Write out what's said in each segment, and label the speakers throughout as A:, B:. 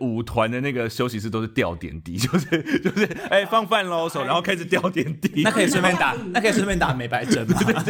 A: 舞团的那个休息室都是吊点滴， 就是就是哎、放饭喽手，然后开始吊点滴。
B: 那可以顺便打，那可以顺便打美白 针吗？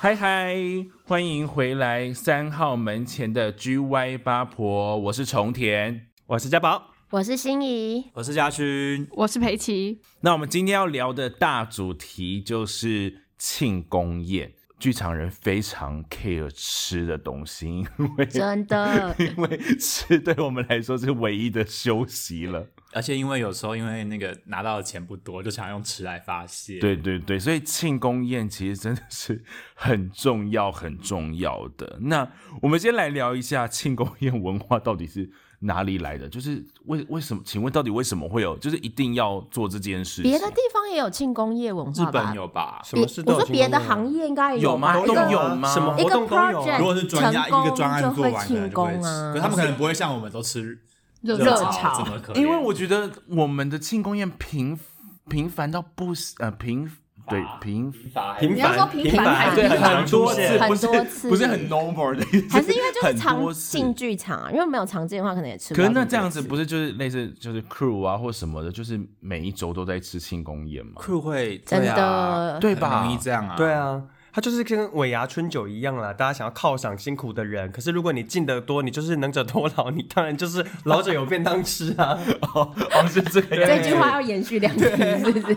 A: 嗨嗨，欢迎回来三号门前的 GY 八婆，我是重田。
B: 我是家宝，
C: 我是心怡，
B: 我是家勋，
D: 我是裴奇，
A: 那我们今天要聊的大主题就是庆功宴。剧场人非常 care 吃的东西，因为
C: 真的
A: 因为吃对我们来说是唯一的休息了。
B: 而且因为有时候因为那个拿到的钱不多，就想用吃来发泄。，
A: 对对对，所以庆功宴其实真的是 很重要、很重要的。那我们先来聊一下庆功宴文化到底是哪里来的，就是为为什么？请问到底为什么会有，就是一定要做这件事情？
C: 别的地方也有庆功夜文
B: 日
C: 化吧？
B: 本有吧？
E: 什
C: 别
E: 么事都
C: 我
E: 有
C: 说
E: 庆功
C: 别
E: 宴
C: 的行业应该也
A: 有吗
C: 吧？哎啊
A: 都
C: 一个
A: 有吗
E: 啊什么
C: 一
E: 活
C: 个
E: 动都有
C: project
B: 如果是专家一个专案
C: 成
B: 做
C: 功就
B: 完，可
C: 会
B: 能
C: 庆
B: 就不会
C: 功
B: 吃。
C: 啊
B: 可是他们可能不会像我们都吃
D: 热
C: 热
D: 炒
C: 炒
B: 这么可怜。
A: 因为我觉得我们的庆功宴频频繁到不行呃频对频
E: 平
C: 你要说
E: 凡
C: 平
E: 平
C: 凡
E: 凡
C: 还对是
E: 常
A: 很多
E: 出
A: 次，
E: 现
C: 很
A: 不是
C: 多次
A: 不是很 normal 的意思，
C: 还是因为就是
A: 很
C: 常
A: 多次
C: 进剧场啊，因为没有常进的话，可能也吃不
A: 可是
C: 到么多
A: 那
C: 次。
A: 这样子不是就是类似就是 crew 啊或什么的，就是每一周都在吃庆功宴嘛？
B: crew 会
C: 真
B: 对啊
C: 的
A: 对
B: 很
A: 吧？
B: 容易这样啊。
E: 对啊，它就是跟尾牙春酒一样啦，大家想要犒赏辛苦的人，可是如果你进得多，你就是能者多劳，你当然就是老者有便当吃 啊。
A: 哦，是这个
C: 这
A: 样
C: 句
A: 子，
C: 话要延续两次，是不是？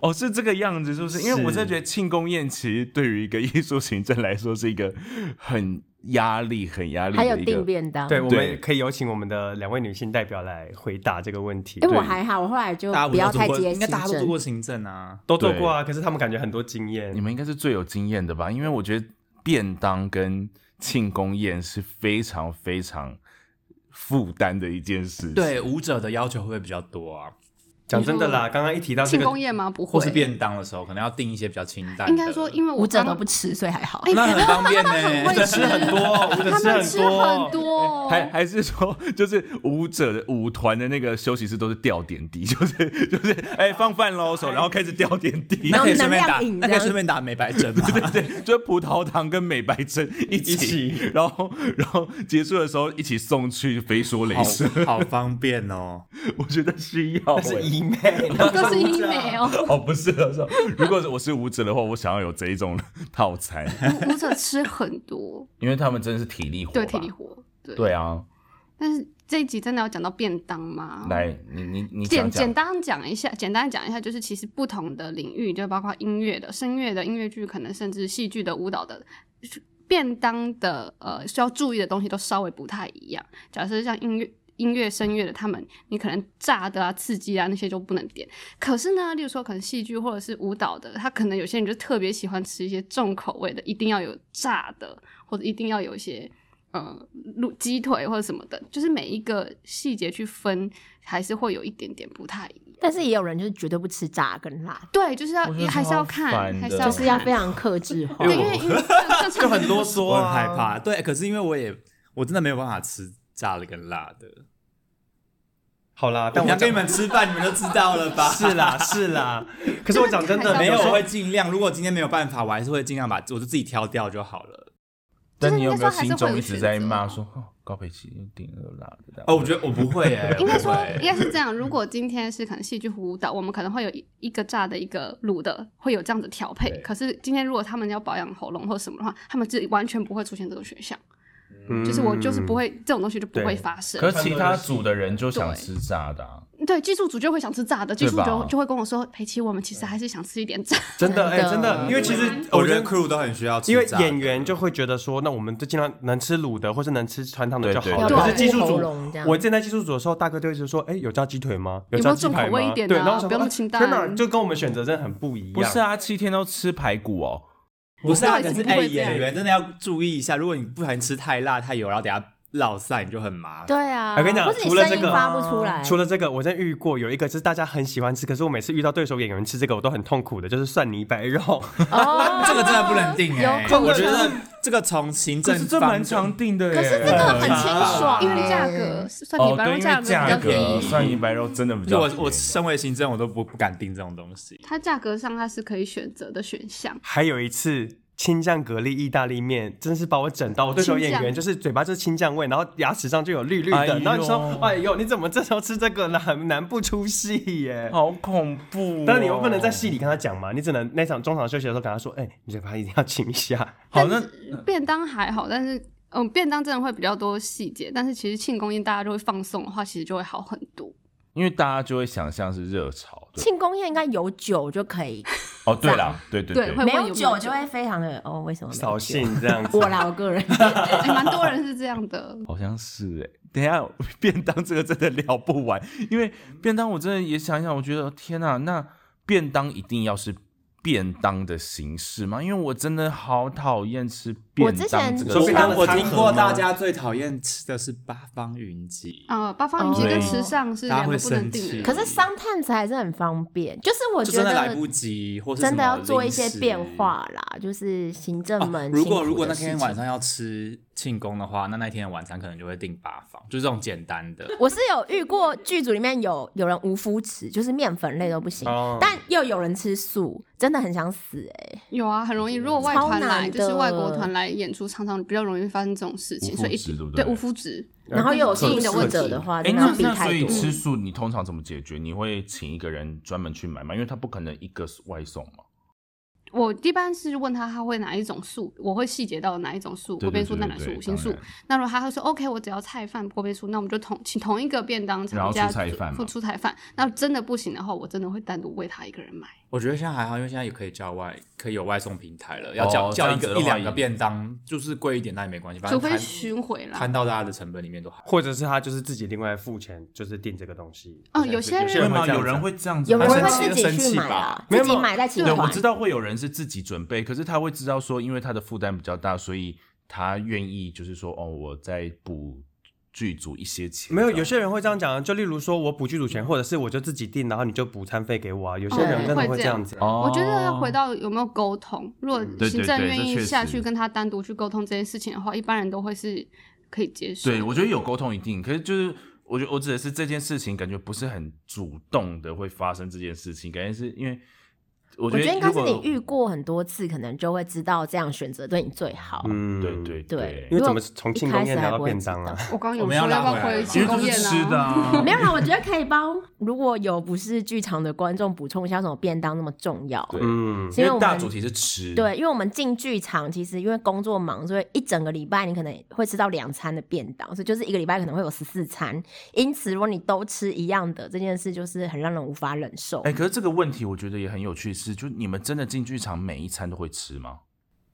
A: 哦，是这个样子，是不是？因为我真的
B: 是
A: 觉得庆功宴其实对于一个艺术行政来说是一个很压力、很压力
C: 还有
A: 的一
C: 订
A: 个。
C: 便当。
E: 对，我
A: 对
E: 们可以有请我们的两位女性代表来回答这个问题。
C: 哎因为我
A: 对
C: 还好，我后来就
B: 大家
C: 不要
B: 都做
C: 太
B: 过，
C: 接
B: 应该
C: 行
B: 大家都做
C: 政
B: 过。行政啊。
E: 都做过啊，可是他们感觉很多经验
A: 你。们应该是最有经验的吧？因为我觉得便当跟庆功宴是非常非常负担的一件事情。
B: 对舞者的要求会不会比较多啊？
E: 讲真的啦，刚刚一提啊到这
D: 庆
E: 个，
D: 功宴吗？不
B: 或
D: 会，
B: 是便当的时候，可能要定一些比较清淡的。
D: 应该说，因为我
C: 舞者
D: 刚
C: 都不吃，所以还好。哎
B: 那很方便呢、
D: 会
B: 对
D: 吃很多，他们吃很多，
A: 还还是说，就是舞者的舞团的那个休息室都是吊点滴， 就是就是，哎、
D: 哦
A: 放饭喽手，然后开始吊点滴，
B: 那可以顺便打
C: 能量，饮
B: 那可以
C: 这样
B: 顺便打美白针吗？
A: 对， 就是葡萄糖跟美白针一起，
E: 一起
A: 然后然后结束的时候一起送去飞梭镭射，
B: 好方便哦！
A: 我觉得需要、
E: 那是
A: 欸。
E: 医美，
D: 各
B: 啊
D: 是医美哦。
A: 哦，不是，不是如果我是舞者的话，我想要有这一种套餐，
D: 舞者吃很多，
A: 因为他们真的是体力活，
D: 对体力。活，哦对。
A: 对啊，
D: 但是这一集真的要讲到便当吗？
A: 来，你你你讲
D: 简
A: 讲，
D: 简单讲一下，简单讲一下，就是其实不同的领域，就包括音乐的、声乐的、音乐剧，可能甚至戏剧的、舞蹈的，便当的呃需要注意的东西都稍微不太一样。假设像音乐。音乐、声乐的他们，你可能炸的啊、刺激啊那些就不能点。可是呢，例如说可能戏剧或者是舞蹈的，他可能有些人就特别喜欢吃一些重口味的，一定要有炸的，或者一定要有一些呃卤鸡腿或者什么的，就是每一个细节去分，还是会有一点点不太一样。
C: 但是也有人就是绝对不吃炸跟辣，
D: 对，就是要
A: 我觉得
D: 还是要
A: 超烦的
D: 看，还是要
C: 就是要
D: 看
C: 非常克制化。
D: 对，因为因为正
B: 就
D: 常
B: 很啰嗦、
E: 啊
B: 我很害怕。对，可是因为我也我真的没有办法吃炸的跟辣的。
E: 好啦，
B: 但
E: 但
B: 我
E: 我讲
B: 跟你们吃饭，你们就知道了 吧？
E: 是啦是啦，可是我讲真的，
B: 没
E: 有
B: 有，
E: 时
B: 我
E: 候
B: 会尽量。如果今天没有办法，我还是会尽量把我就自己挑掉就好了。
A: 但你
D: 应
A: 有
D: 该
A: 没有
D: 说还是
A: 心
D: 会
A: 中
D: 有
A: 一直
D: 选
A: 在
D: 择
A: 骂
D: 啊
A: 说，哦，高培奇又订了辣的这样？
B: 哦，我觉得我不会 哎、
D: 应该说
B: 我不会
D: 应该是这样。如果今天是可能戏剧舞蹈，我们可能会有一一个炸的，一个卤的，会有这样子调配
A: 对。
D: 可是今天如果他们要保养喉咙或什么的话，他们是完全不会出现这个选项。就是我就是不会这种东西就不会
E: 嗯对
D: 发生。
A: 可是其他组的人就想
D: 对
A: 吃炸的、啊，
D: 对，技术组就会想吃炸的，技
A: 对
D: 术
A: 吧
D: 就就会跟我说，裴奇，我们其实还是想吃一点炸。
E: 真的
C: 真
E: 哎
C: 的
E: 真的，因为其实
B: 我觉得 crew 都很需要吃
E: 因为
B: 炸的
E: 演员就会觉得说，那我们就尽量能吃卤的或是能吃传统的就好
A: 对
E: 了。
A: 对
E: 可是
C: 对
E: 技术
C: 保护
E: 组
C: 喉咙这，样
E: 我之前在技术组的时候，大哥就一直说，哎，有加鸡腿吗？
D: 有没
E: 加
D: 有
E: 鸡
D: 重
E: 排
D: 口味
E: 吗
D: 一？点的
E: 对，
D: 啊
E: 然后我想
D: 不要那么
E: 说啊
D: 清
E: 天哪
D: 淡
E: 就跟我们选择真的很不一样。
A: 不是，啊，七天都吃排骨哦。
B: 不是啊，
D: 我到
B: 可是
D: 底怎么
B: 哎、
D: 会这样
B: 演员真的要注意一下，如果你不小心吃太辣太油，然后等下落散，你就很麻烦。
C: 对啊，
E: 我哎跟你讲
C: 或是你
E: 除了
C: 声音
E: 这个哦
C: 发不出来，
E: 除了这个，我真遇过有一个是大家很喜欢吃，可是我每次遇到对手演员吃这个，我都很痛苦的，就是蒜泥白肉。
C: 哦
B: ，这个真的不能定哎、
C: 有
B: 我觉得这个从行
A: 可
B: 政
A: 是这
B: 方
A: 蛮
B: 就
A: 常定的耶，
C: 可是这个很
B: 清
C: 爽
D: 因为价格算
A: 啊哦，
D: 你白
A: 对，
D: 肉
A: 因
D: 价
A: 为
D: 格比
A: 价
D: 较便
A: 格
D: 宜，
A: 蒜泥白肉真的比较
B: 我
A: 便宜，
B: 我身为行政，我都不不敢订这种东西。
D: 它价格上它是可以选择的选项。
E: 还有一次青酱蛤蜊意大利面，真是把我整到。我对手
D: 青
E: 演
D: 酱
E: 员就是嘴巴就是青酱味，然后牙齿上就有绿绿
A: 哎
E: 的，
A: 呦
E: 然后你说，哎呦，你怎么这时候吃这个呢？很难不出戏耶。
A: 好恐怖哦，
E: 但是你又不能在戏里跟他讲嘛，你只能那场中场休息的时候跟他说，哎、你嘴巴一定要清一下。
A: 好那
D: 便当还好，但是嗯，便当真的会比较多细节，但是其实庆功宴大家就会放松的话，其实就会好很多。
A: 因为大家就会想象是热炒， 对，
C: 庆功宴应该有酒就可以，
A: 哦对啦，对对
D: 对
A: 对
D: 会，
C: 没
D: 问
C: 有
D: 有没有
C: 酒
D: 酒
C: 就会非常的哦，为什么没有
E: 扫
C: 酒？
E: 兴这样子，
C: 我啦，我 个人
D: 哎蛮、
C: 哦
D: 多人是这样的，
A: 好像是哎、等一下便当这个真的聊不完，因为便当我真的也想一想，我觉得天呐，那便当一定要是便当的形式吗？因为我真的好讨厌吃便当这
C: 我之前
A: 个
E: 说
A: 东西。
E: 便当的
B: 我
E: 餐
B: 听
E: 盒
B: 过
E: 吗
B: 大家最讨厌吃的是八方云集，
C: 哦
D: 呃，八方云
A: 哦
D: 集跟时尚是两个不能定
B: 对
D: 的。
C: 可是嗯商探子还是很方便，就是我
B: 就
C: 觉
B: 真的
C: 得
B: 来不及，或是
C: 真的
B: 什么
C: 要做一
B: 零
C: 些
B: 食
C: 变化啦，就是行政
B: 哦
C: 们、
B: 如果如果那天晚。上要吃庆功的话，那那天的晚餐可能就会订八方，就这种简单的。
C: 我是有遇过剧组里面有有人无麸质，就是面粉类都不行，
E: 哦
C: 但又有人吃素，真的很想死哎、
D: 有啊，很容易。如果外
C: 超
D: 团
C: 难
D: 来，就是
C: 的
D: 外国团来演出，常常比较容易发生这种事情，
A: 无麸
D: 所以一
A: 质
D: 定
A: 对不对
D: 对无麸质，
C: 然后又有
D: 可
C: 素
D: 能是
C: 食者的话，
A: 哎、
C: 真的
A: 那
C: 要避
A: 那所
C: 太
A: 以
C: 多。
A: 吃素你通常怎么解决？你会请一个人专门去买吗？因为他不可能一个外送嘛。
D: 我一般是问他他会哪一种素，我会细节到哪一种素，
A: 对对
D: 锅边
A: 对
D: 素、蛋奶
A: 对
D: 素、
A: 对，
D: 五星素
A: 当。然
D: 那如果他会说 OK，我只要菜饭锅边素，那我们就同请同一个便当
A: 然后出
D: 厂家
A: 菜饭
D: 付
A: 嘛
D: 出菜饭。那真的不行的话，我真的会单独为他一个人买。
B: 我觉得现在还好，因为现在也可以叫外，可以有外送平台了。要
A: 哦
B: 叫、
A: 这
B: 叫
A: 样
B: 一
A: 子的话
B: 个一两
A: 也
B: 个便当，就是贵一点那也没关系，反
D: 除
B: 正
D: 非
B: 摊
D: 巡回啦
B: 摊。到大家的成本里面都还。
E: 或者是他就是自己另外付钱，就是订这个东西。
D: 哦，
B: 有
D: 有
B: 些
D: 些
A: 会
B: 有些
D: 人
A: 吗？
E: 这样
A: 有
E: 子
A: 人会这样子，
C: 有人
A: 还是
B: 生
C: 会
B: 气
C: 自己
B: 生气
C: 去买
B: 吧
C: 啦，
E: 没
C: 自
E: 有
C: 己买在集
A: 对，我
C: 团。
A: 知道会有人是自己准备，可是他会知道说，因为他的负担比较大，所以他愿意就是说，哦，我再补剧组一些钱。
E: 没有，
A: 这样
E: 有些人会这样讲啊，就例如说我补剧组钱，或者是我就自己订，然后你就补餐费给我啊。有些人真
D: 哦
E: 的会
D: 会
E: 这
D: 这
E: 样
D: 样
E: 子啊。
A: 哦，嗯
D: 我觉得要回到有没有沟通，如果
A: 对
D: 行
A: 对
D: 政
A: 对
D: 愿
A: 这
D: 意
A: 确
D: 下
A: 实
D: 去跟他单独去沟通这件事情的话，一般人都会是可以接受。
A: 对，我觉得有沟通一定，可是就是我觉得我指的是这件事情，感觉不是很主动的会发生这件事情，感觉是因为我
C: 我
A: 觉
C: 觉
A: 得
C: 得应该
A: 如
C: 是
A: 果
C: 你遇过很多次，可能就会知道这样选择对你最好。
E: 嗯
A: 对对
C: 对
E: 因
C: 如
E: 为怎
C: 果
E: 么从
C: 一
E: 庆
C: 开
E: 功宴
C: 始
E: 聊
C: 还
E: 到
C: 不会
E: 便
C: 知
E: 当啊？
D: 我刚有
B: 我
D: 说
B: 们要
D: 要
B: 拉回
D: 不
B: 来
D: 回
B: 了
A: 其
D: 庆
A: 实
D: 功
A: 就是
D: 宴啊？
A: 吃的、啊，
C: 没有啦，我觉得可以帮如果有不是剧场的观众补充一下，什么便当那么重要？
A: 对，
E: 嗯，
C: 是
A: 因
C: 因为我
A: 为大
C: 们
A: 主题是吃，
C: 对，因为我们进剧场其实因为工作忙，所以一整个礼拜你可能会吃到两餐的便当，所以就是一个礼拜可能会有十四餐。因此，如果你都吃一样的，这件事就是很让人无法忍受。
A: 哎、可是这个问题我觉得也很有趣是，就你们真的进剧场每一餐都会吃吗？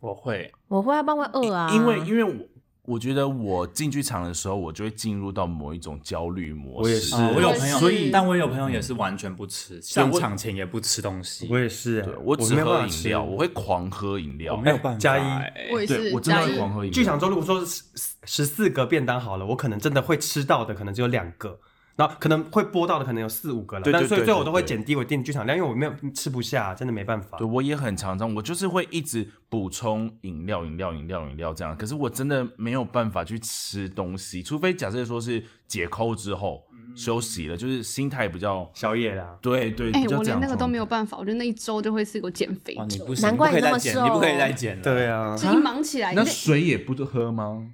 B: 我会，
C: 我会帮会饿啊，
A: 因为因为我我觉得我进剧场的时候，我就会进入到某一种焦虑模式。
E: 我也是
B: 啊我有朋友，
D: 所以
B: 但我有朋友也是嗯完全不吃，上场前也不吃东西，
E: 我也是啊
A: 对，我只
E: 没有办
A: 喝
E: 法
A: 饮
E: 吃
A: 料，我会狂喝饮料
B: 我。没有办法、
E: 加一
B: 欸
D: 我也
A: 对，
D: 是
A: 我真的
D: 加
A: 会
D: 一
A: 狂喝饮料。
E: 剧场中如果说十十四个便当好了，我可能真的会吃到的可能只有两个，然后可能会播到的可能有四五个了。
A: 对对
E: 但所以
A: 对
E: 最
A: 对
E: 后我都会
A: 对
E: 减低我订剧场量，因为我没有吃不下，真的没办法
A: 对，。我也很常常，我就是会一直补充饮料、饮料、饮料、饮料这样。可是我真的没有办法去吃东西，除非假设说是解扣之后、休息了，就是心态比较
E: 宵夜啦，
A: 对对。
D: 哎、
A: 比较
D: 我
A: 这
D: 连
A: 样
D: 那个都没有
A: 状态。
D: 办法，我觉得那一周就会是一个减肥
B: 哦哇，你
D: 周，
B: 不行，
C: 难怪
B: 你不可以
C: 你那
B: 再
C: 么
B: 减，
C: 瘦
B: 你不可以再减了。
E: 对啊，
D: 就一忙起来，你
A: 那
D: 就
A: 水也不喝吗？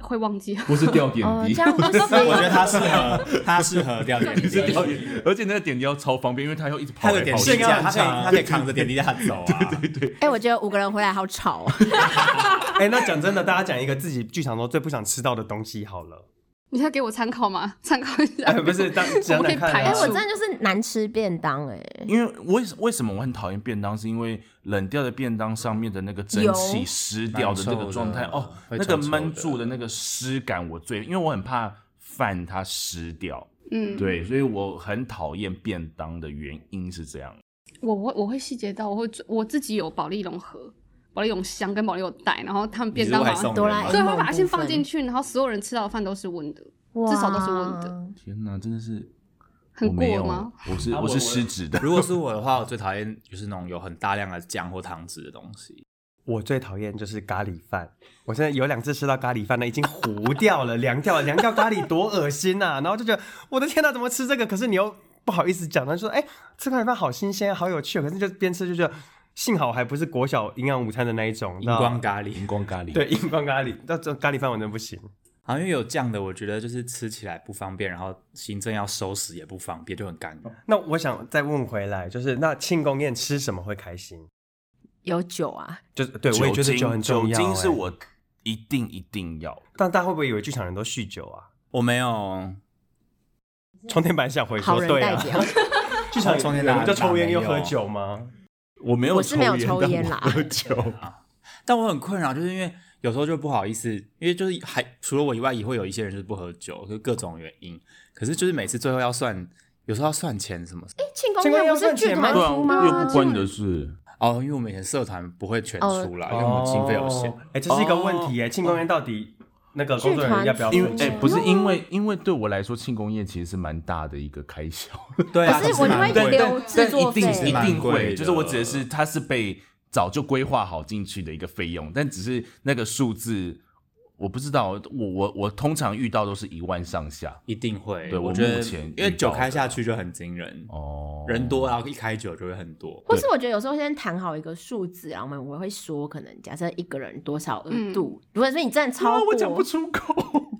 D: 会忘记。啊
A: 不是掉点
C: 哦
A: 滴，
C: 这样不行。
B: 我觉得他适合，他适合掉 点 滴，
A: 掉点滴，而且那个点滴要超方便，因为它要一直跑
B: 他
A: 来
B: 的
A: 跑去。
B: 点滴架，他
E: 跑
B: 可
E: 去
B: 以他可以扛着点滴架 走啊。
C: 哎、我觉得五个人回来好吵、哦。
E: 哎、那讲真的，大家讲一个自己剧场中最不想吃到的东西 好了。
D: 你要给我参考吗？参考一下
E: 哎、。不是，当讲
D: 我可以
E: 讲看、
C: 哎、
D: 排
E: 啊
D: 除。
C: 我真的就是难吃便当哎、
A: 因为为为什么我很讨厌便当，是因为冷掉的便当上面的那个蒸
C: 油
A: 汽湿掉的那个状态，
B: 难受的
A: 哦，
B: 会
A: 那个
B: 臭臭
A: 闷
B: 的
A: 住的那个湿感我最，因为我很怕饭它湿掉，
D: 嗯，
A: 对，所以我很讨厌便当的原因是这样。
D: 我会我会细节到，我会做我自己有保利龙盒、保利龙箱跟保利龙袋，然后他们便当好
B: 你是外送。
D: 像
C: 哆啦 A
D: 对，
C: 梦
D: 会把它先放进
C: 去，
D: 去，然后所有人吃到的饭都是温的，
C: 哇
D: 至少都是温的。
A: 天哪，真的是
D: 很
A: 我没
D: 过
A: 有
D: 吗？？
A: 我是
B: 啊
A: 我
B: 我
A: 是失职的，
B: 如果是我的话，我最讨厌就是那种有很大量的酱或汤汁的东西。
E: 我最讨厌就是咖喱饭，我现在有两次吃到咖喱饭呢，已经糊掉了，凉掉了，凉掉咖喱多恶心啊呐、然后就觉得我的天呐，怎么吃这个？可是你又不好意思讲，他就说哎，吃咖喱饭好新鲜，好有趣哦，可是就边吃就觉得幸好还不是国小营养午餐的那一种，
B: 荧光咖
A: 荧
B: 喱。
A: 光咖喱，
E: 对，荧光咖喱，那这咖喱饭我真的不行。
B: 好像因为有酱的，我觉得就是吃起来不方便，然后行政要收拾也不方便，就很尴尬。
E: 那我想再问回来，就是那庆功宴吃什么会开心？
C: 有酒啊，
E: 就是对
A: 酒
E: 我也觉得
A: 精
E: 酒很重要、
A: 酒精是
E: 哎，
A: 我一定一定要的。
E: 但大家会不会以为剧场人都酗酒啊？
B: 我没有，
E: 冲天板想回
C: 好
E: 说
C: 人
E: 对
C: 代
E: 啊，
C: 表。
E: 剧场
B: 冲
E: 人
B: 天板
E: 们就抽烟又
B: 没
E: 喝
B: 有
E: 酒吗？
A: 我没有，
C: 我是没有抽烟
A: 但
C: 啦
A: 我喝酒。
B: 但我很困扰，就是因为有时候就不好意思，因为就是还除了我以外，也会有一些人就是不喝酒，就各种原因。可是就是每次最后要算，有时候要算钱什么
C: 庆
E: 庆
C: 功
E: 功
C: 宴
E: 宴
C: 不是
E: 算
C: 剧
E: 钱
C: 团
E: 吗
A: 对啊，
C: 出吗？
A: 又不关你的事。
B: 哦，因为我们以前社团不会全
C: 哦
B: 出
E: 啊
B: 啦，因为我们经费有限。
A: 哦
E: 哎、这是一个问题哎、庆功宴到底那个工作人员要不要
C: 剧
A: 因
E: 付
A: 为
C: 团
A: 哎、
E: 钱？
A: 不是因
C: 哦
A: 为，因为对我来说，庆功宴其实是蛮大的一个开销，
B: 对啊，
C: 可哎是我
B: 蛮
C: 会
B: 贵的
C: 留
A: 但
C: 制
A: 但
C: 作
A: 一定
C: 费
A: 一定
B: 蛮贵
A: 会，
B: 的
A: 就是我指的是它是被早就规划好进去的一个费用，但只是那个数字我不知道，我我我通常遇到都是一万上下
B: 一定会。
A: 对我
B: 我觉得
A: 目前遇到，的
B: 因为酒开下去就很惊人，
A: 哦，
B: 人多，然后一开酒就会很多。
C: 或是我觉得有时候先谈好一个数字，然后我们我会说，可能假设一个人多少额
D: 嗯
C: 度，如果说你真的超
A: 啊，
C: 过，
A: 我讲不出 口，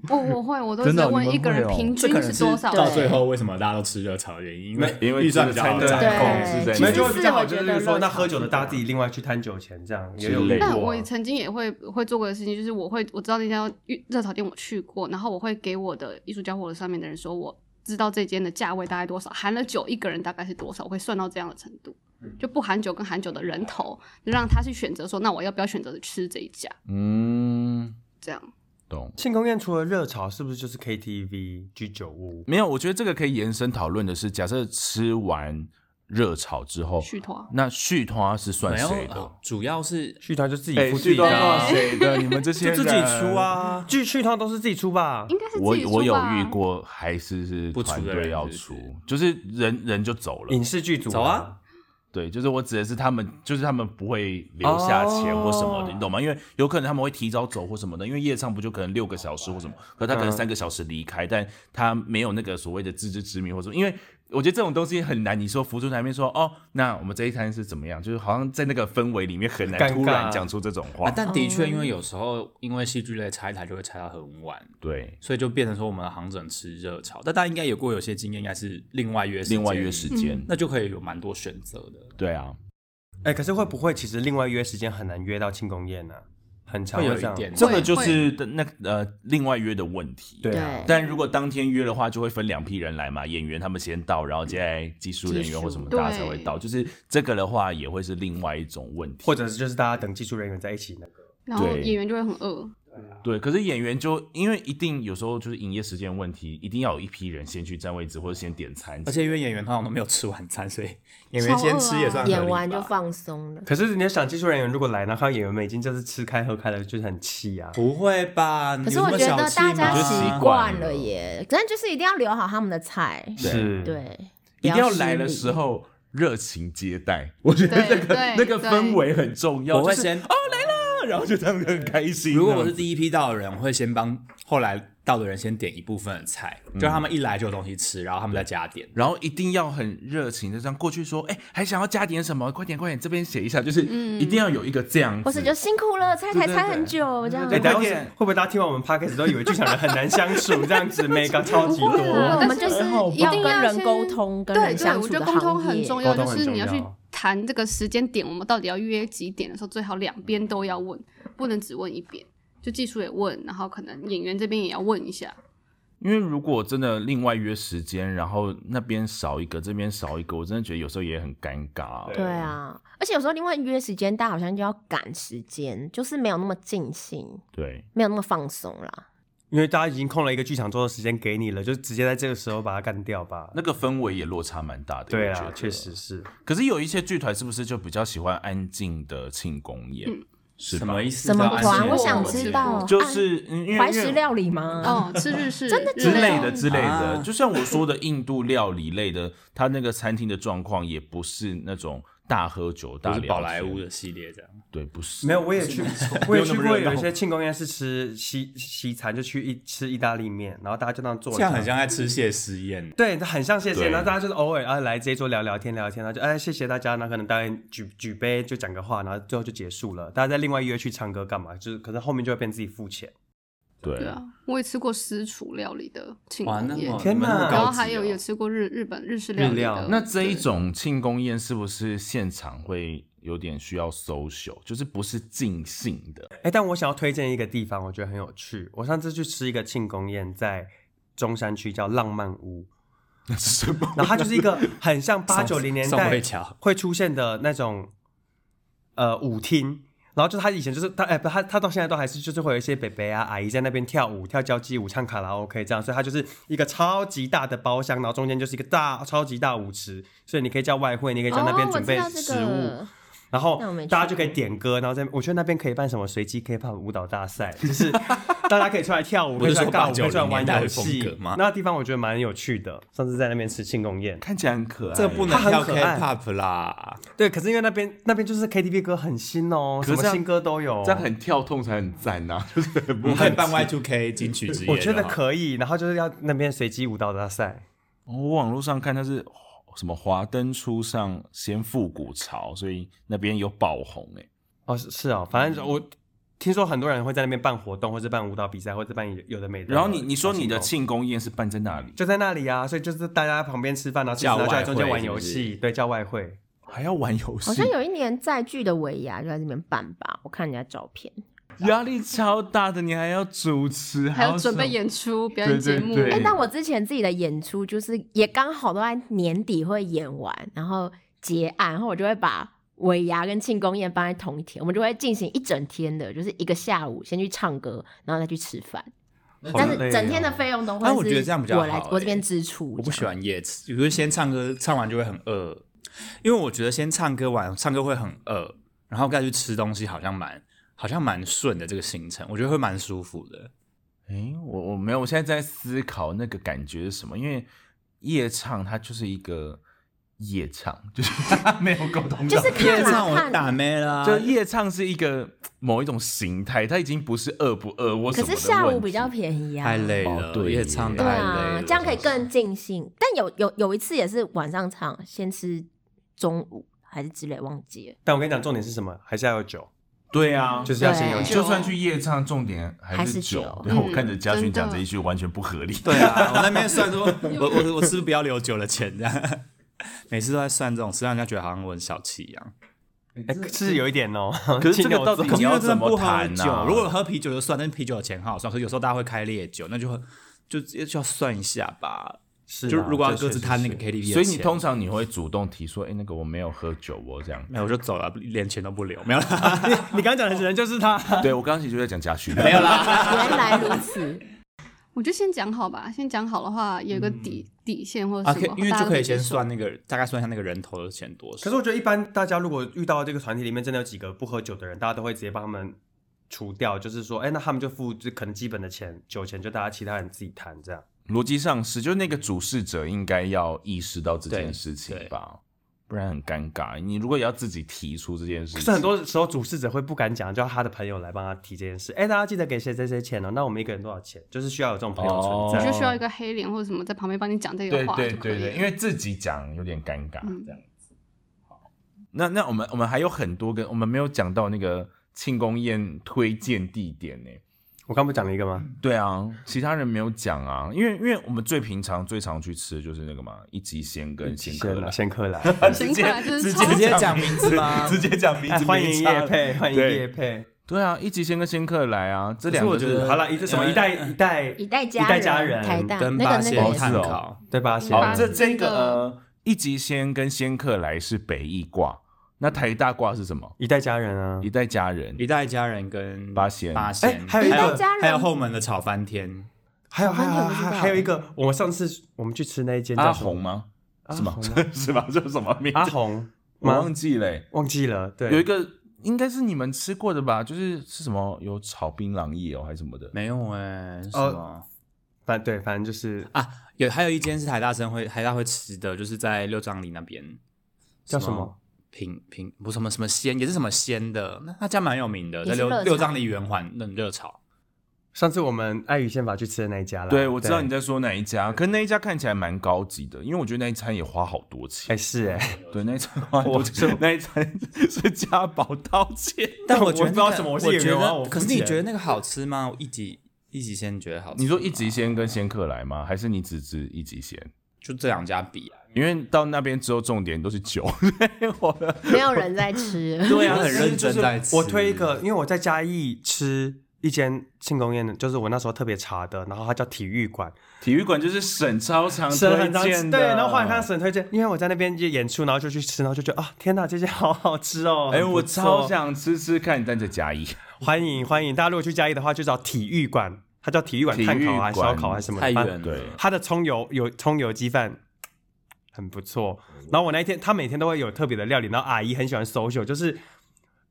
D: 我我会，我都
A: 真
D: 是
A: 的哦
D: 问
A: 你们
D: 一个
A: 会
D: 人
A: 哦
D: 平
B: 这
D: 均
B: 可能
D: 多少
C: 对
B: 到
D: 钱，
B: 最后为什么大家都吃热炒的原因，因为
A: 因为
B: 预算比
A: 这
B: 较
A: 个餐
B: 好
A: 的
B: 掌
A: 对
B: 控。
A: 控制在
C: 对，
A: 里
E: 没
A: 面
E: 有
C: 其
E: 就
C: 实
E: 会比
C: 是
E: 较
C: 我
E: 好，
C: 觉
E: 就
C: 得
E: 是说那
C: 乐
E: 喝酒的
C: 场
E: 大家自己另外去摊酒钱，这样也
A: 之
E: 有
A: 类
E: 遇
A: 的
E: 过
D: 但
E: 啊。
D: 我也曾经也会会做过的事情，就是我会我知道那家热炒店我去过，然后我会给我的艺术交互的上面的人说，我知道这间的价位大概多少，含了酒一个人大概是多少，我会算到这样的程度，就不含酒跟含酒的人头，就让他去选择说，那我要不要选择吃这一家？
A: 嗯，
D: 这样
A: 懂。
E: 庆功宴除了热炒，是不是就是 KTV、居酒屋？
A: 没有，我觉得这个可以延伸讨论的是，假设吃完热炒之后，
D: 续托啊。
A: 那续团是算
B: 没
A: 谁
B: 有呃
A: 的？，
B: 主要是
E: 续团就自己
A: 哎，
E: 付
A: 续
E: 的
A: 团
E: 啊，
A: 是谁的？你们 这些
B: 就自己出！啊。
E: 剧续团都是 自己出吧？
D: 应该是
A: 我
D: 自己出
A: 我有
D: 吧
A: 遇过，还是是
B: 不出
A: 团
B: 的
A: 队
B: 人
A: 要
B: 是
A: 出
B: 不是，
A: 就是人人就走了
E: 影。视剧组
B: 走啊，
A: 对，就是我指的是他们，就是他们不会留下钱或什么的，
E: 哦
A: 你懂吗？因为有可能他们会提早走或什么的，因为夜唱不就可能六个小时或什么，可他可能
E: 嗯
A: 三个小时离开，但他没有那个所谓的自知之明或什么，因为。我觉得这种东西很难，你说浮出台面说哦，那我们这一摊是怎么样？就是好像在那个氛围里面很
E: 尴
A: 难
E: 尬
A: 突然讲出这种话。
B: 啊，但的确，因
C: 哦
B: 为有时候因为戏剧类拆台就会拆到很晚，
A: 对，
B: 所以就变成说我们的行整吃热炒。但大家应该有过有些经验，应该是另外约时间嗯
A: 另外约时，间，
B: 那就可以有蛮多选择的。
A: 对啊，
E: 哎、可是会不会其实另外约时间很难约到庆功宴呢、啊？很常
B: 会有
E: 这样
B: 一点
A: 这个就是那呃另外约的问题。
E: 对啊
C: 对
A: 但如果当天约的话，就会分两批人来嘛，演员他们先到，然后接下来技术人
C: 技
A: 员
C: 术
A: 或什么
D: 对
A: 大家才会到。就是这个的话，也会是另外一种问题。
E: 或者是就是大家等技术人员在一起那个。
D: 然后
A: 对
D: 演员就会很饿，
A: 对，可是演员就因为一定有时候就是营业时间问题，一定要有一批人先去占位置或者先点餐
B: 而。且因为演员通常都没有吃晚餐， 所以演员先吃也算合理吧
C: 演完就放松了。
E: 可是你要想，技术人员如果来，然后演员们已经就是吃开喝开了，就是很气啊。
B: 不会吧？
A: 嗯
C: 可
B: 可
C: 是我觉得大家
A: 就习
C: 习
A: 惯
C: 惯
A: 了
C: 了耶，反正就是一定要留好他们的菜，
A: 对
E: 是，
C: 对，
A: 一定要
C: 不
A: 来的
C: 失礼
A: 时，候热情接待，我觉得那
D: 对
A: 个
D: 对
A: 那个
D: 对
A: 氛围很重要。
B: 我会
A: 就是
B: 先
A: 哦来了，然后就这样很开心。啊
B: 如果我
A: 这
B: 是
A: 样子
B: 第一批到的人，我会先帮后来到的人先点一部分的菜，就让他
A: 嗯
B: 们一来就有东西吃，然后他们再加点。
A: 然后一定要很热情的这样过去说，哎、还想要加点什么？快点快点，这边写一下，就是一定要有一个这样子。
C: 嗯或是就辛苦了，猜
A: 对
C: 台
A: 对
C: 猜
A: 对
C: 很久这样
E: 哎、。
A: 对
E: 等
A: 快
E: 一
A: 点
E: 下会不会大家听完我们 podcast 都以为剧场人很难相处这样子？没搞超级
D: 不会啊
E: 多。
C: 我们
D: 但是
C: 就是
D: 还好吧
C: 要跟人
D: 先
C: 沟通，跟
D: 对
C: 人
D: 对，
C: 相
D: 我
C: 处
D: 觉
C: 的
D: 得沟通
C: 行
D: 很
C: 业。
D: 重要，
E: 沟
D: 就
E: 通很
D: 是你要
E: 重
D: 去
E: 要
D: 谈这个时间点，我们到底要约几点的时候，最好两边都要问，不能只问一边。就技术也问，然后可能演员这边也要问一下。
A: 因为如果真的另外约时间，然后那边少一个，这边少一个，我真的觉得有时候也很尴尬。
E: 对
C: 对啊，而且有时候另外约时间，大家好像就要赶时间，就是没有那么尽兴，
A: 对，
C: 没有那么放松啦。
E: 因为大家已经空了一个剧场做的时间给你了，就直接在这个时候把它干掉吧。
A: 那个氛围也落差蛮大的。
E: 对
A: 我觉
E: 啊
A: 得，
E: 确。实是。
A: 可是有一些剧团是不是就比较喜欢安静的庆功宴？
C: 嗯
A: 是吧
B: 什么意思？
C: 什么
B: 叫安
C: 团？
B: 心
C: 我
B: 的
C: 想
B: 过
C: 知
B: 节
C: 道，
A: 就是嗯因为
C: 啊怀石
A: 因为
C: 料理吗？
D: 哦，吃日式真的
A: 之类的
D: 日
A: 之类的
B: 啊，
A: 就像我说的，印度料理类的，它那个餐厅的状况也不是那种大喝酒、
B: 就
A: 大
B: 是
A: 聊
B: 宝莱
A: 天
B: 坞，的系列这样。
A: 对，不是
E: 没有，我也去，我也
B: 没有那
E: 去
B: 么
E: 过
B: 热闹
E: 有一些庆功宴是吃西西餐，就去一吃意大利面，然后大家就那样啊坐着，
B: 这样很像在吃谢师宴，
E: 对，很像谢谢。
A: 对
E: 然后大家就是偶尔啊来这一桌聊聊天聊天，然后就哎谢谢大家，然后可能大家举举杯就讲个话，然后最后就结束了。大家再另外约去唱歌干嘛？就是可是后面就会变自己付钱。
A: 对
D: 对啊，我也吃过私厨料理的
C: 嗯
D: 庆
B: 哇，那
D: 功宴
B: 么，
E: 天哪
B: 那么高级哦
D: 然后还 有也吃过日日本日式料
E: 日
D: 理
E: 料
D: 的。
A: 那这一
D: 对
A: 种庆功宴是不是现场会有点需要 social，就是不是尽兴的？
E: 哎，但我想要推荐一个地方，我觉得很有趣。我上次去吃一个庆功宴，在中山区叫浪漫屋，
A: 什么？
E: 然后它就是一个很像八九零年
B: 宋
E: 代
B: 慧乔
E: 会出现的那种呃舞厅。然后就他以前就是他哎不他他到现在都还是就是会有一些北北啊阿姨在那边跳舞跳交际舞唱卡拉 OK 这样，所以它就是一个超级大的包厢，然后中间就是一个大超级大舞池，所以你可以叫外汇，你可以叫那边准备
C: 哦我知道
E: 食
C: 这
E: 物，
C: 个
E: 然后
C: 那我没去
E: 大家就可以点歌，然后在我觉得那边可以办什么随机 K-pop 舞蹈大赛， 就是大家可以出来跳舞，
B: 不
E: 可以
B: 是
E: 出来
B: 说
E: 尬舞，可以
B: 89
E: 出来玩
B: 年代
E: 游
B: 的风
E: 戏
B: 格吗
E: 那地方我觉得蛮有趣的，上次在那边吃庆功宴，
A: 看起来很可爱。哦
B: 这不
E: 它
B: 能跳
E: 很可爱
B: K-pop 啦，
E: 对，可是因为那边那边就是 KTV 歌很新哦，
A: 可
E: 什
A: 是
E: 么
A: 这样
E: 新歌都有，
A: 这样很跳痛才很赞呐、 就是很不
B: 我们可以办 Y Two K 金曲之夜就好。
E: 我觉得可以，然后就是要那边随机舞蹈大赛，
A: 我网络上看它是什么华灯初上先复古潮，所以那边有爆红哎、
E: 哦是是哦，反正我听说很多人会在那边办活动，或者办舞蹈比赛，或者办有有的没的。
A: 然后你你说你的
E: 庆
A: 庆功宴是办在那里，
E: 就在那里啊，所以就是大家旁边吃饭，然后吃
B: 叫
E: 然后就在
B: 外
E: 中间
B: 汇
E: 玩
B: 是不
E: 游
B: 是
E: 戏，对，叫外汇。
A: 还要玩游
C: 好
A: 戏
C: 像，有一年在剧的尾牙就在这边办吧，我看人家照片。
A: 压力超大的，你还要主持，
D: 还
A: 要
D: 有准备
A: 什么
D: 演出表
A: 对
D: 演
A: 对
D: 节目，
A: 对
C: 哎、但我之前自己的演出就是也刚好都在年底会演完，然后结案，然后我就会把尾牙跟庆功宴放在同一天，我们就会进行一整天的，就是一个下午先去唱歌，然后再去吃饭，
E: 好
C: 但
E: 累
C: 是
E: 哦
C: 整天的费用都会
B: 啊
C: 是
B: 我觉得这样比较
C: 我来
B: 好
C: 我这边
B: 欸
C: 支出，
B: 我不喜
C: 这样。
B: 欢夜吃，有时候先唱歌，唱完就会很饿，因为我觉得先唱歌完，唱歌会很饿，然后再去吃东西，好像蛮好像蛮顺的这个行程，我觉得会蛮舒服的。
A: 诶，我我没有，我现在在思考那个感觉是什么，因为夜唱它就是一个夜唱，就是没有沟 通
C: 就
A: 到
C: 是看啦
B: 唱我
C: 看，
B: 打妹啦，
A: 就夜唱是一个某一种形态，它已经不是饿不饿或什
C: 可
A: 么的
C: 是下午
A: 问
C: 比
A: 题
C: 较便宜啊，
B: 太累
A: 哦
B: 了，
A: 对
B: 夜唱
C: 对
B: 太累
C: 啊
B: 了，，
C: 这样可以更尽兴。但有有有一次也是晚上唱，先吃中午还是之类，忘记了。
E: 但我跟你讲，重点是什么？还是要有酒，
A: 对啊，
E: 就是要先
C: 对
E: 有酒。
A: 就算去夜唱，重点
C: 哦还
A: 是
C: 是
A: 酒
C: 酒。
A: 然后我
D: 嗯
A: 看着嘉勋
D: 真的
A: 讲这一句，完全不合理。
B: 对啊，我那边算 说，我我我是不是不要留酒了钱这样？ 每次都在算这种事，让人家觉得好像我很小气一样。
E: 哎是有一点哦，
A: 可是这
E: 金
A: 个
E: 牛
A: 到
E: 座
A: 底
B: 可
A: 你
B: 是因
A: 要
B: 为真的
A: 怎么
B: 不喝
A: 谈
B: 酒，
A: 啊
B: 如果喝啤酒就算，但是啤酒的钱很好算，可是有时候大家会开烈酒，那就会就就就要算一下吧。
E: 是啊
B: 就如果要
E: 这
B: 各自
E: 确实
B: 摊那个
E: 是
B: KTV，的钱。
A: 所以你通常你会主动提说，哎，那个我没有喝酒哦，这样
B: 没有我就走了，连钱都不留，没有啦，
E: 你你刚刚讲的人就是他，
A: 对我刚刚其实就在讲嘉 勋，
B: 没有啦。
C: 原来如此，
D: 我就先讲好吧。先讲好的话，有一个底、底线或者
B: 啊，
D: 什
B: 可以
D: 么，
B: 因为
D: 大家
B: 就
D: 都
B: 可以
D: 接
B: 先
D: 受
B: 算那个，大概算一下那个人头的钱多少。
E: 可是我觉得一般大家如果遇到这个团体里面真的有几个不喝酒的人，大家都会直接帮他们除掉，就是说，哎，那他们就付就可能基本的钱，酒钱就大家其他人自己摊这样。
A: 逻辑上是，就是那个主事者应该要意识到这件事情
B: 对对
A: 吧，不然很尴尬。你如果也要自己提出这件事情，
E: 可是很多时候主事者会不敢讲，就要他的朋友来帮他提这件事。哎，大家记得给谁谁谁钱哦，那我们一个人多少钱？就是需要有这种朋友存在。
A: 哦
D: 你就需要一个黑脸或者什么在旁边帮你讲这
A: 对
D: 个话
A: 对
D: 就可
A: 对
D: 以
A: 对，
D: 了
A: 因为自己讲有点尴尬、
D: 嗯
A: 这样子。好，那那我们我们还有很多个我们没有讲到那个庆功宴推荐地点呢、
E: 我刚不讲了一个吗？
A: 对啊，其他人没有讲啊，因为因为我们最平常最常去吃的就是那个嘛，一级鲜跟鲜客
E: 先
A: 啦
E: 来，，先客来，
D: 先客来就是
A: 直
D: 超
A: 接
B: 直接讲名字吗
A: 直接讲名
E: 哎
A: 字，
E: 欢迎
A: 没
E: 叶
A: 差
E: 佩，欢迎
A: 对
E: 叶佩。
A: 对啊，一级鲜跟鲜客来啊，这两个
B: 可是我觉得
E: 好了，一个什么一代一代
C: 一代
E: 一
C: 家
E: 代家人
C: 台大
B: 跟
C: 那
B: 八
C: 个那
B: 仙
C: 个也
A: 是
B: 啊 炭
A: 哦
B: 烤，
E: 对吧？先
A: 好，
D: 吧
A: 这这
D: 真的
A: 个呃，一级鲜跟鲜客来是北翼卦，那台大卦是什么？
E: 一代家人啊
A: 一，代家人
B: 一代家人跟
A: 八仙
B: 八仙
E: 哎，还有一个
C: 一代家人
B: 还有后门的炒翻天，
E: 还有还有
C: 完全不知
E: 还有
C: 道
E: 还有一个，我们上次我们去吃那一间
A: 阿
E: 叫什么
A: 红？吗？
E: 阿
A: 是吗
E: 红？
A: 是吧？这是什么名字？
E: 阿红
A: 我
E: 吗
A: 忘？记了欸，
E: 忘记了，对，
A: 有一个应该是你们吃过的吧？就是是什么有炒槟榔叶哦，还是什么的？
B: 没有哎，是什么？
E: 反对，反正就是
B: 啊，有还有一间是台大生会台大会吃的，就是在六张里那边
E: 叫什么？
B: 品品不是什么什么鲜，也是什么鲜的，那那家蛮有名的，
C: 也
B: 在
C: 是
B: 六
C: 热炒
B: 六张里圆环那种热炒，
E: 上次我们爱与宪法去吃的那一家啦，
A: 对，我知道你在说哪一家，可是那一家看起来蛮高级的，因为我觉得那一餐也花好多
E: 哎、
A: 钱。
E: 是 哎、
A: 对，那一餐花很多钱， 那一餐是家宝掏钱。
B: 但
E: 我
B: 觉得
E: 不知道
B: 那
E: 什么我
B: 我
E: 是演员
B: 觉
E: 啊我
B: 得，
E: 付
B: 可是你
E: 钱
B: 觉得那个好吃吗？我一级一级先觉得好吃吗，
A: 你说一级鲜跟鲜客来吗？还是你只吃一级鲜？
B: 就这两家比啊，
A: 因为到那边之后，重点都是酒。 我的
C: 没有人在吃。
B: 对 啊，
E: 我
B: 很认真在吃。
E: 我推一个，因为我在嘉义吃一间庆功宴的，就是我那时候特别查的，然后它叫体育馆，
A: 体育馆就是沈超常推
E: 神很常
A: 荐
E: 吃，
A: 的，
E: 对，然后后来看到沈推荐，因为我在那边就演出，然后就去吃，然后就觉得啊，天哪，这些好好吃哦！
A: 哎、
E: 很不
A: 我
E: 错
A: 超想吃吃看，但在嘉 义
E: 欢迎欢迎，大家如果去嘉义的话，就找体育馆，它叫体育馆
A: 体育
E: 炭烤啊、
A: 馆
E: 烧烤还是什么，
B: 太
E: 反
B: 远了，
A: 对
E: 它的葱油有葱油鸡饭。很不错，然后我那一天，他每天都会有特别的料理，然后阿姨很喜欢 social，就是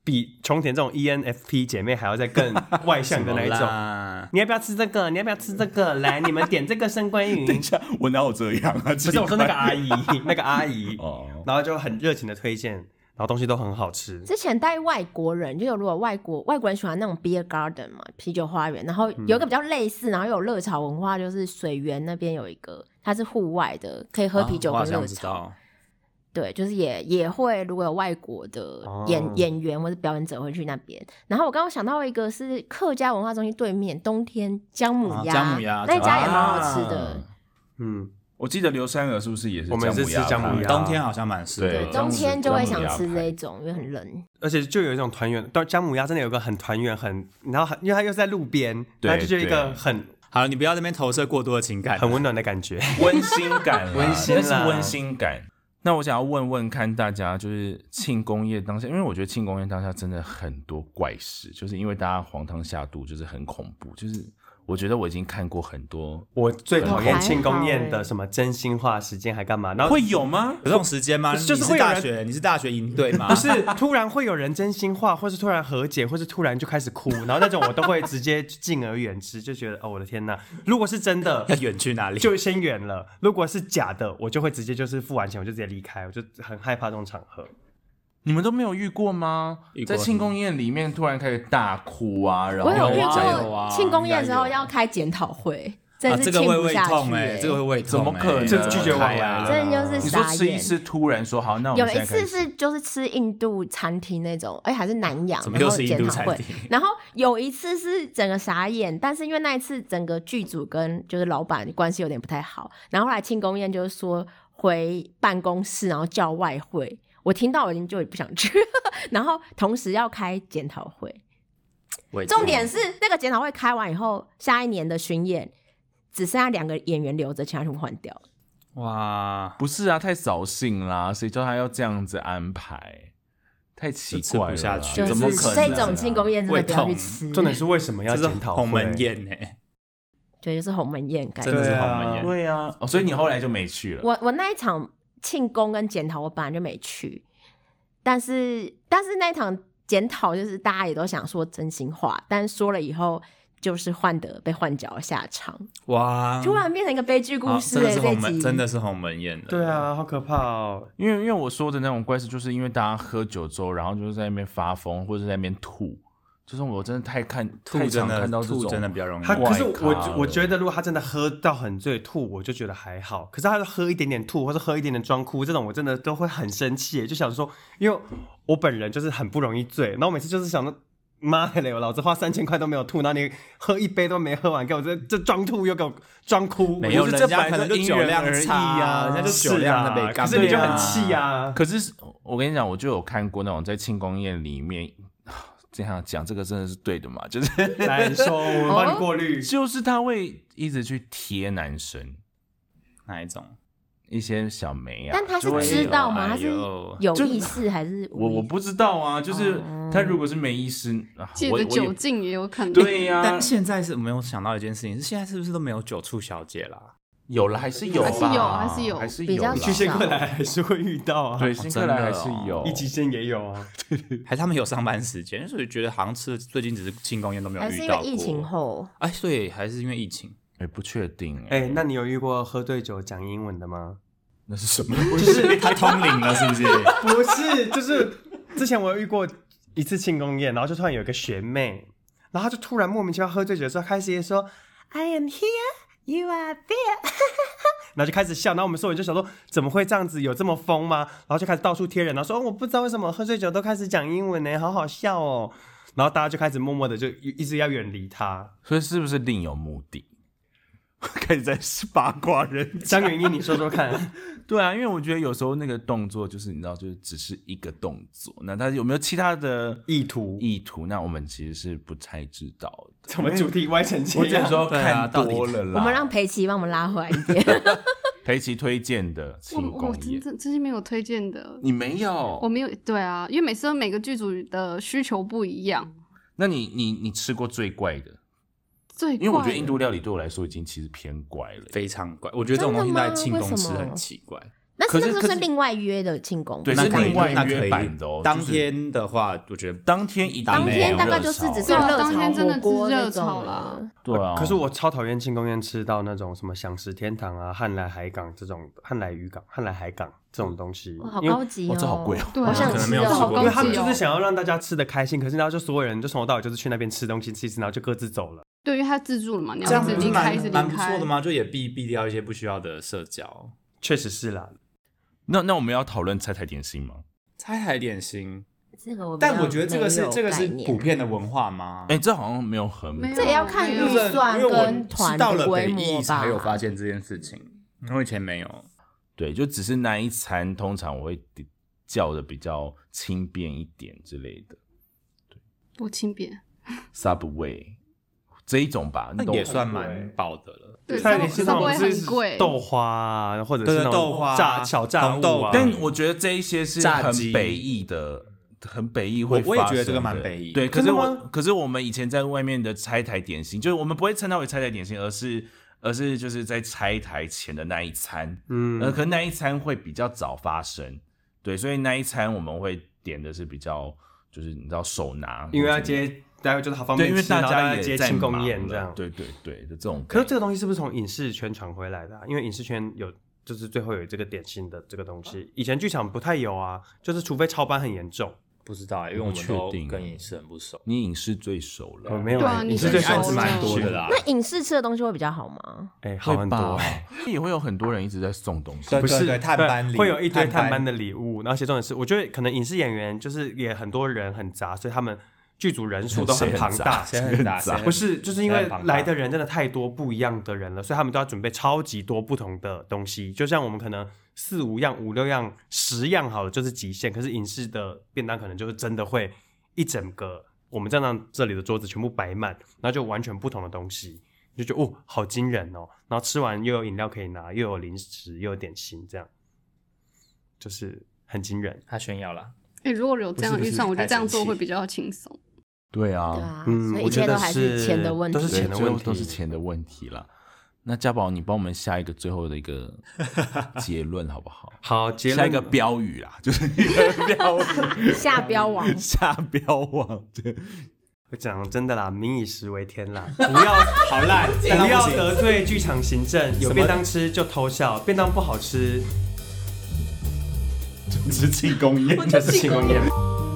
E: 比琼田这种 E ENFP 姐妹还要再更外向的那 一种。
B: 种。
E: 你要不要吃这个？你要不要吃这个？来，你们点这个生鲑鱼。
A: 下，我哪有这样啊？不
E: 不是，我说那个阿姨，那个阿姨，
A: 哦，
E: 然后就很热情的推荐，然后东西都很好吃。
C: 之前带外国人，就有如果外国外国人喜欢那种 beer garden 嘛，啤酒花园，然后有一个比较类似，然后又有热炒文化，就是水源那边有一个，它是户外的，可以喝啤酒
B: 啊我好
C: 跟热
B: 像知
C: 炒。
B: 道，
C: 对，就是也也会，如果有外国的演、
E: 哦
C: 演员或者表演者会去那边。然后我刚刚想到一个是客家文化中心对面冬天姜母
B: 啊
C: 鸭，
B: 姜母鸭
C: 那家也
B: 啊
C: 蛮好吃的。
E: 嗯，
A: 我记得刘三儿是不是也是
E: 我们是吃姜母
A: 吧
E: 鸭
B: 啊冬天好像蛮适合
A: 对
B: 的。
C: 冬天就会想吃
A: 姜母鸭
C: 这一种，因为很冷。
E: 而且就有一种团圆，但姜母鸭真的有一个很团圆，很然后很，因为它又是在路边，
A: 对
E: 它就是一个很
B: 好了，你不要在那边投射过多的情感，
E: 很温暖的感觉。
A: 温馨感啦，
E: 温馨啦
A: 啊那是温馨感。那我想要问问看大家，就是庆功宴当下，因为我觉得庆功宴当下真的很多怪事，就是因为大家黄汤下肚，就是很恐怖。就是我觉得我已经看过很多，
E: 我最讨
C: 我还
E: 厌
C: 好
E: 庆功宴
C: 欸
E: 的什么真心话时间还干嘛？
B: 啊
E: 然后
A: 会有吗？
B: 有这种时间吗？
E: 就是
B: 你
E: 会有
B: 大
E: 人
B: 学，你是大学营队吗？
E: 不是突然会有人真心话，或是突然和解，或是突然就开始哭，然后那种我都会直接敬而远之，就觉得哦我的天呐，如果是真的，
B: 要远去哪里？
E: 就先远了。如果是假的，我就会直接就是付完钱，我就直接离开，我就很害怕这种场合。
A: 你们都没有遇过吗？
B: 遇过
A: 在庆功宴里面突然开始大哭啊，然后
C: 我有遇
B: 啊有
C: 过
B: 啊
C: 庆功宴的时候
B: 应该有
C: 要开检讨会，真
B: 啊，
C: 的
B: 这
C: 是
B: 个
C: 庆
B: 会
C: 不
B: 胃
C: 下
B: 痛
C: 去
B: 哎、
C: 欸，
B: 这个会胃痛、欸，
A: 怎么可能
E: 这拒绝
B: 怎么开
E: 往
B: 啊？
E: 来
C: 真的就是
A: 你说
C: 傻
A: 吃一
C: 眼。
A: 次，突然说好，那我
C: 有
A: 们
C: 一
A: 现在开
C: 次
A: 始
C: 是就是吃印度餐厅那种，哎、还是南洋，
B: 怎么
C: 然
B: 又
C: 后
B: 是印
C: 检
B: 度
C: 讨
B: 餐
C: 会
B: 厅，
C: 然后有一次是整个傻眼，但是因为那一次整个剧组跟就是老板关系有点不太好，然后后来庆功宴就是说回办公室，然后叫外汇，我听到我已经就也不想去了， 然后同时要开检讨会，
B: 胃 痛
C: 重点是那个检讨会开完以后，下一年的巡演只剩下两个演员留着，其他全部换掉了。
B: 哇，
A: 不是啊，太扫兴啦！谁叫他要这样子安排？太奇
B: 吃不
A: 怪了啦，
B: 下去
C: 就
A: 怎
C: 是
A: 么可能啊、
C: 这种庆功宴真的不要去吃，
E: 重点是为什么要
B: 这是
E: 检讨会
B: 鸿门，宴呢、
C: 对，就是鸿门宴感
B: 真的
C: 觉。
B: 是
E: 对
B: 鸿
E: 啊
B: 门宴。
A: 对啊、哦，所以你后来就没去了。
C: 我我那一场庆功跟检讨，我本来就没去，但是但是那一场检讨就是大家也都想说真心话，但说了以后。就是换得被换角的下场，
B: 哇，
C: 突然变成一个悲剧故
B: 啊
C: 事
B: 真的
C: 欸
B: 是
C: 这
B: 鸿
C: 一集
B: 门，真的是鸿门宴的。
E: 对啊，好可怕哦！
A: 因为因为我说的那种怪事，就是因为大家喝酒之后，然后就是在那边发疯，或者在那边吐，就是我真的太看
B: 吐
A: 太
B: 真
A: 常
B: 的
A: 看到这
B: 吐
A: 种
B: 真的比较容易。
E: 他可是
A: 怪咖了
E: 我，我觉得如果他真的喝到很醉吐，我就觉得还好。可是他喝一点点吐，或者喝一点点装哭，这种我真的都会很生气耶，就想说，因为我本人就是很不容易醉，然后我每次就是想着，妈的嘞，我老子花三千块都没有吐，然后你喝一杯都没喝完，给我这这装吐又给我装哭，
B: 没有
A: 我觉得
B: 人
A: 这
B: 家
A: 本来
B: 可能
A: 就
B: 就
A: 因
B: 酒
A: 人
B: 量
A: 而
B: 差
A: 异啊
B: 人家就酒
E: 是
B: 量
E: 啊
B: 的被干，
E: 可是你就
B: 对
E: 很气啊。
A: 可是我跟你讲，我就有看过那种在庆功宴里面 这样讲，这个真的是对的嘛？ 就是
E: 来说，我们帮你过
B: 哦
E: 滤。
A: 就是他会一直去贴男生
B: 哪一种？
A: 一些小梅啊，
C: 但他是
A: 就会
C: 知道
B: 哎
C: 吗？
B: 呦
C: 他是有意识还是
A: 我
C: 无意识
A: 我不知道啊，就是他如果是没意识，啊
D: 借
A: 我
D: 着
A: 我
D: 酒
A: 也
D: 劲也有可能。
A: 对呀、
B: 但现在是没有想到一件事情，是现在是不是都没有酒醋小姐啦？
A: 有了还是有吧，
D: 还是有还是有
A: 还是有
C: 比较
A: 啦
E: 去先过来还是会遇到啊，
A: 对，新客来还是有，
E: 一级线也有啊。
B: 还是他们有上班时间，所以觉得好像吃的最近只是庆功宴都没有
C: 还是
B: 遇
C: 因为
B: 到过。
C: 疫情后？
B: 哎，所 以还是因为疫情。
A: 哎、不确定哎、
E: 哎、那你有遇过喝醉酒讲英文的吗？
A: 那是什么？
E: 就是
B: 他通灵了是不是？
E: 不是，就是之前我有遇过一次庆功宴，然后就突然有一个学妹，然后她就突然莫名其妙喝醉酒的时候开始说 I am here, you are there，然后就开始笑，然后我们所有人就想说怎么会这样子，有这么疯吗？然后就开始到处贴人，然后说、哦我不知道为什么喝醉酒都开始讲英文呢，好好笑哦。然后大家就开始默默的就一一直要远离她。
A: 所以是不是另有目的？ 开始在八卦人
E: 张元英，你说说看，
A: 对啊，因为我觉得有时候那个动作就是你知道，就是只是一个动作，那他有没有其他的
E: 意图
A: 意图？那我们其实是不太知道的。
E: 怎么主题歪成这
A: 我只
E: 样
A: 能？说
B: 对啊
A: 看多了啦。
C: 我们让裴奇帮我们拉回来一点。
A: 裴奇推荐的
D: 我
A: 庆
D: 我
A: 功
D: 真
A: 宴，
D: 真真是没有推荐的，
A: 你没
D: 我
A: 有？
D: 没有对啊，因为每次都每个剧组的需求不一样，
A: 那你你你吃过最怪的？
D: 最
A: 因为我觉
D: 怪
A: 得印度料理对我来说已经其实偏怪了。
B: 非常怪，我觉得这种东西在庆
C: 真的
B: 功
C: 吗
B: 吃
C: 为什
B: 很
C: 么
B: 奇怪。
C: 那
A: 可
C: 是
A: 是
C: 那就
A: 可
C: 是
A: 是
C: 另外约的庆功，
A: 对
B: 那
A: 是
B: 可以
A: 另外
B: 那可
A: 约
B: 以
A: 版的哦
B: 当
A: 就是
B: 天的话，我觉得
C: 哦
A: 当天一定
B: 当
C: 当天
A: 没有
C: 大概
A: 热
C: 就是
A: 潮
C: 只是
D: 对
C: 有
D: 啊
C: 热
D: 当天
C: 炒
D: 真的
C: 火锅
D: 是热
C: 那种
D: 炒
C: 了
D: 啦。
A: 对啊。
E: 可是我超讨厌庆功宴吃到那种什么享食天堂啊、汉来海港这种、汉来渔港、汉来海港这种东西
C: 哇，好，
E: 因
C: 高
E: 为
C: 级
A: 哇
C: 哦，
A: 这好贵哦
D: 对啊
C: 好想
B: 可能
C: 吃
B: 没有
C: 哦，
B: 吃
C: 好
B: 过
C: 高
E: 因为
C: 级
E: 他们就是
D: 哦
E: 想要让大家吃的开心，可是然后就所有人就从头到尾就是去那边吃东西吃一吃，然后就各自走了。
D: 对，因为他自助了嘛，你
B: 这
D: 要
B: 样
D: 一直
B: 子
D: 离开，一直
B: 蛮蛮
D: 离
B: 不
D: 开
B: 错的。吗？就也避避掉一些不需要的社交。
E: 确实是啦，
A: 那那我们要讨论菜菜点心吗？
B: 拆台点心，
C: 这个我比较
B: 但我觉得这个
C: 没
B: 是
C: 有
B: 这个是
C: 概念
B: 普遍的文化吗？
A: 哎、这好像没有很
D: 没有
C: 这也要
A: 哎
C: 看
D: 因为
C: 预算
B: 因为我
C: 跟
B: 是
C: 团
B: 到
C: 的
B: 了
C: 规
B: 北
C: 模
B: 艺
C: 吧
B: 才。有发现这件事情，我以前没有。
A: 对，就只是那一餐，通常我会点叫的比较轻便一点之类的
D: 多轻便，
A: ，Subway 这一种吧，
B: 那
A: 你懂
B: 也
A: 吗
B: 算蛮饱的了。
D: 对，
E: 菜
D: 差
E: 点
D: 不
E: 心
D: 差
E: 那
D: 不
E: 种
D: 多
E: 就是
D: 很贵，
E: 豆花啊，或者是那种
B: 对豆花
E: 炸小炸
B: 红
E: 物
B: 豆
E: 啊。
A: 但我觉得这一些是
B: 炸
A: 很
B: 鸡
A: 北意的，很北意会
B: 我我也
A: 发
B: 觉得这
A: 生
B: 个蛮
A: 的
B: 北意
A: 对，可
E: 真
A: 是
E: 的
A: 我
E: 吗
A: 可是我们以前在外面的拆台点心，就是我们不会称它为拆台点心，而是而是就是在拆台前的那一餐，
E: 嗯
A: 呃，可能那一餐会比较早发生，对，所以那一餐我们会点的是比较就是你知道手拿，
E: 因为要。接，待会就是好方
A: 对，
E: 便
A: 因为
E: 吃，然后
A: 家
E: 要
A: 也
E: 接
A: 在
E: 庆功
A: 忙
E: 宴这
A: 了
E: 样。
A: 对对对的这种概
E: 可
A: 念。
E: 是这个东西是不是从影视圈传回来的啊、因为影视圈有，就是最后有这个点心的这个东西，以前剧场不太有啊，就是除非超班很严重。
B: 不知道欸，因为我们
A: 不
B: 都
A: 确定
B: 跟影视很不熟。
A: 你影视最熟了，
B: 哦
E: 我没有
D: 对
E: 欸，
D: 啊
E: 影
D: 你
E: 视
D: 是
E: 最
D: 最
E: 熟
D: 熟
B: 案子蛮多的 啦。
C: 那影视吃的东西会比较好吗？
E: 哎、好
A: 会
E: 很多
A: 吧
E: 啊。？
A: 也会有很多人一直在送东西，
B: 对
E: 不是
B: 对探班礼
E: 会有一堆探
B: 探班
E: 班的礼物，然后且重点是，我觉得可能影视演员就是也很多人很杂，所以他们剧组人数都很庞 大。
B: 谁很大？
A: 谁很杂
B: 谁
E: 不啊是，就是因为
B: 谁很庞大
E: 来的人真的太多不一样的人了，所以他们都要准备超级多不同的东西。就像我们可能四五样、五六样、十样好了，就是极限。可是影视的便当可能就是真的会一整个，我们站上这里的桌子全部摆满，然后就完全不同的东西，你就觉得哦，好惊人哦。然后吃完又有饮料可以拿，又有零食，又有点心，这样就是很惊人。
B: 他炫耀了。
D: 哎，如果有这样的
B: 不是不是
D: 预算，我觉得
B: 太
D: 这样
B: 神
D: 做
B: 奇
D: 会比较轻松。
A: 对啊，
C: 对啊，
E: 嗯
C: 所以
E: 我
C: 一
E: 觉
C: 切
E: 得
C: 都还
E: 是
C: 钱的问题。
E: 都是
A: 对
E: 钱的
A: 最后
E: 问题
A: 都是钱的问题啦。那家宝，你帮我们下一个最后的一个结论好不好？
E: 好， 结
A: 下
E: 论
A: 一个标语啦，就是 一个标语，
C: 下标王
A: 下标网。对
E: 我讲真的啦，民以食为天啦，不要
B: 好烂，
E: 不要得罪剧场行政，有便当吃就偷笑，便当不好吃
A: 就是庆功宴。
E: 就是庆功宴。